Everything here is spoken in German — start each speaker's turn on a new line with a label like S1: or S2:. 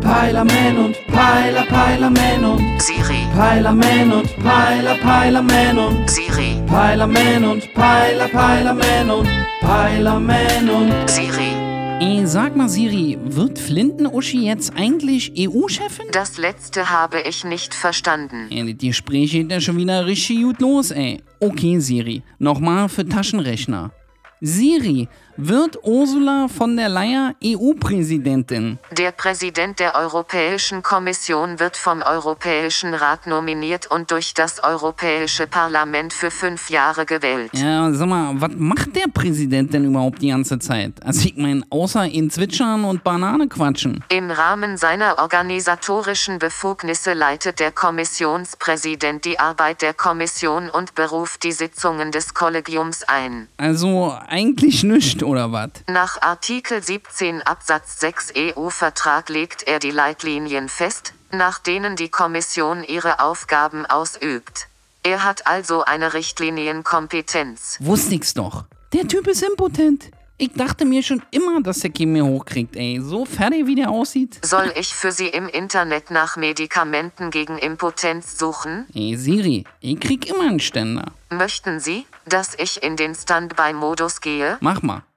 S1: Peilerman und Peiler, Peilerman und
S2: Siri,
S1: Peilerman und Peiler, Peilerman und
S2: Siri,
S1: Peilerman und Peiler, Peilerman und Peilerman und
S2: Siri.
S3: Äh, sag mal, Siri, wird Flinten-Uschi jetzt eigentlich E EU-Chefin?
S2: Das letzte habe ich nicht verstanden.
S3: Äh, das Gespräch geht ja schon wieder richtig gut los, ey. Okay, Siri, nochmal für Taschenrechner. Siri, wird Ursula von der Leyen E EU-Präsidentin?
S2: Der Präsident der Europäischen Kommission wird vom Europäischen Rat nominiert und durch das Europäische Parlament für fünf Jahre gewählt.
S3: Ja, sag mal, was macht der Präsident denn überhaupt die ganze Zeit? Also ich meine, außer in Zwitschern und Banane quatschen.
S2: Im Rahmen seiner organisatorischen Befugnisse leitet der Kommissionspräsident die Arbeit der Kommission und beruft die Sitzungen des Kollegiums ein.
S3: Also eigentlich nichts, oder was?
S2: Nach Artikel 17 Absatz 6 EU-Vertrag legt er die Leitlinien fest, nach denen die Kommission ihre Aufgaben ausübt. Er hat also eine Richtlinienkompetenz.
S3: Wusste ich's doch. Der Typ ist impotent. Ich dachte mir schon immer, dass der Kim mir hochkriegt, ey. So fertig, wie der aussieht.
S2: Soll ich für Sie im Internet nach Medikamenten gegen Impotenz suchen?
S3: Ey, Siri, ich krieg immer einen Ständer.
S2: Möchten Sie, dass ich in den Standby-Modus gehe?
S3: Mach mal.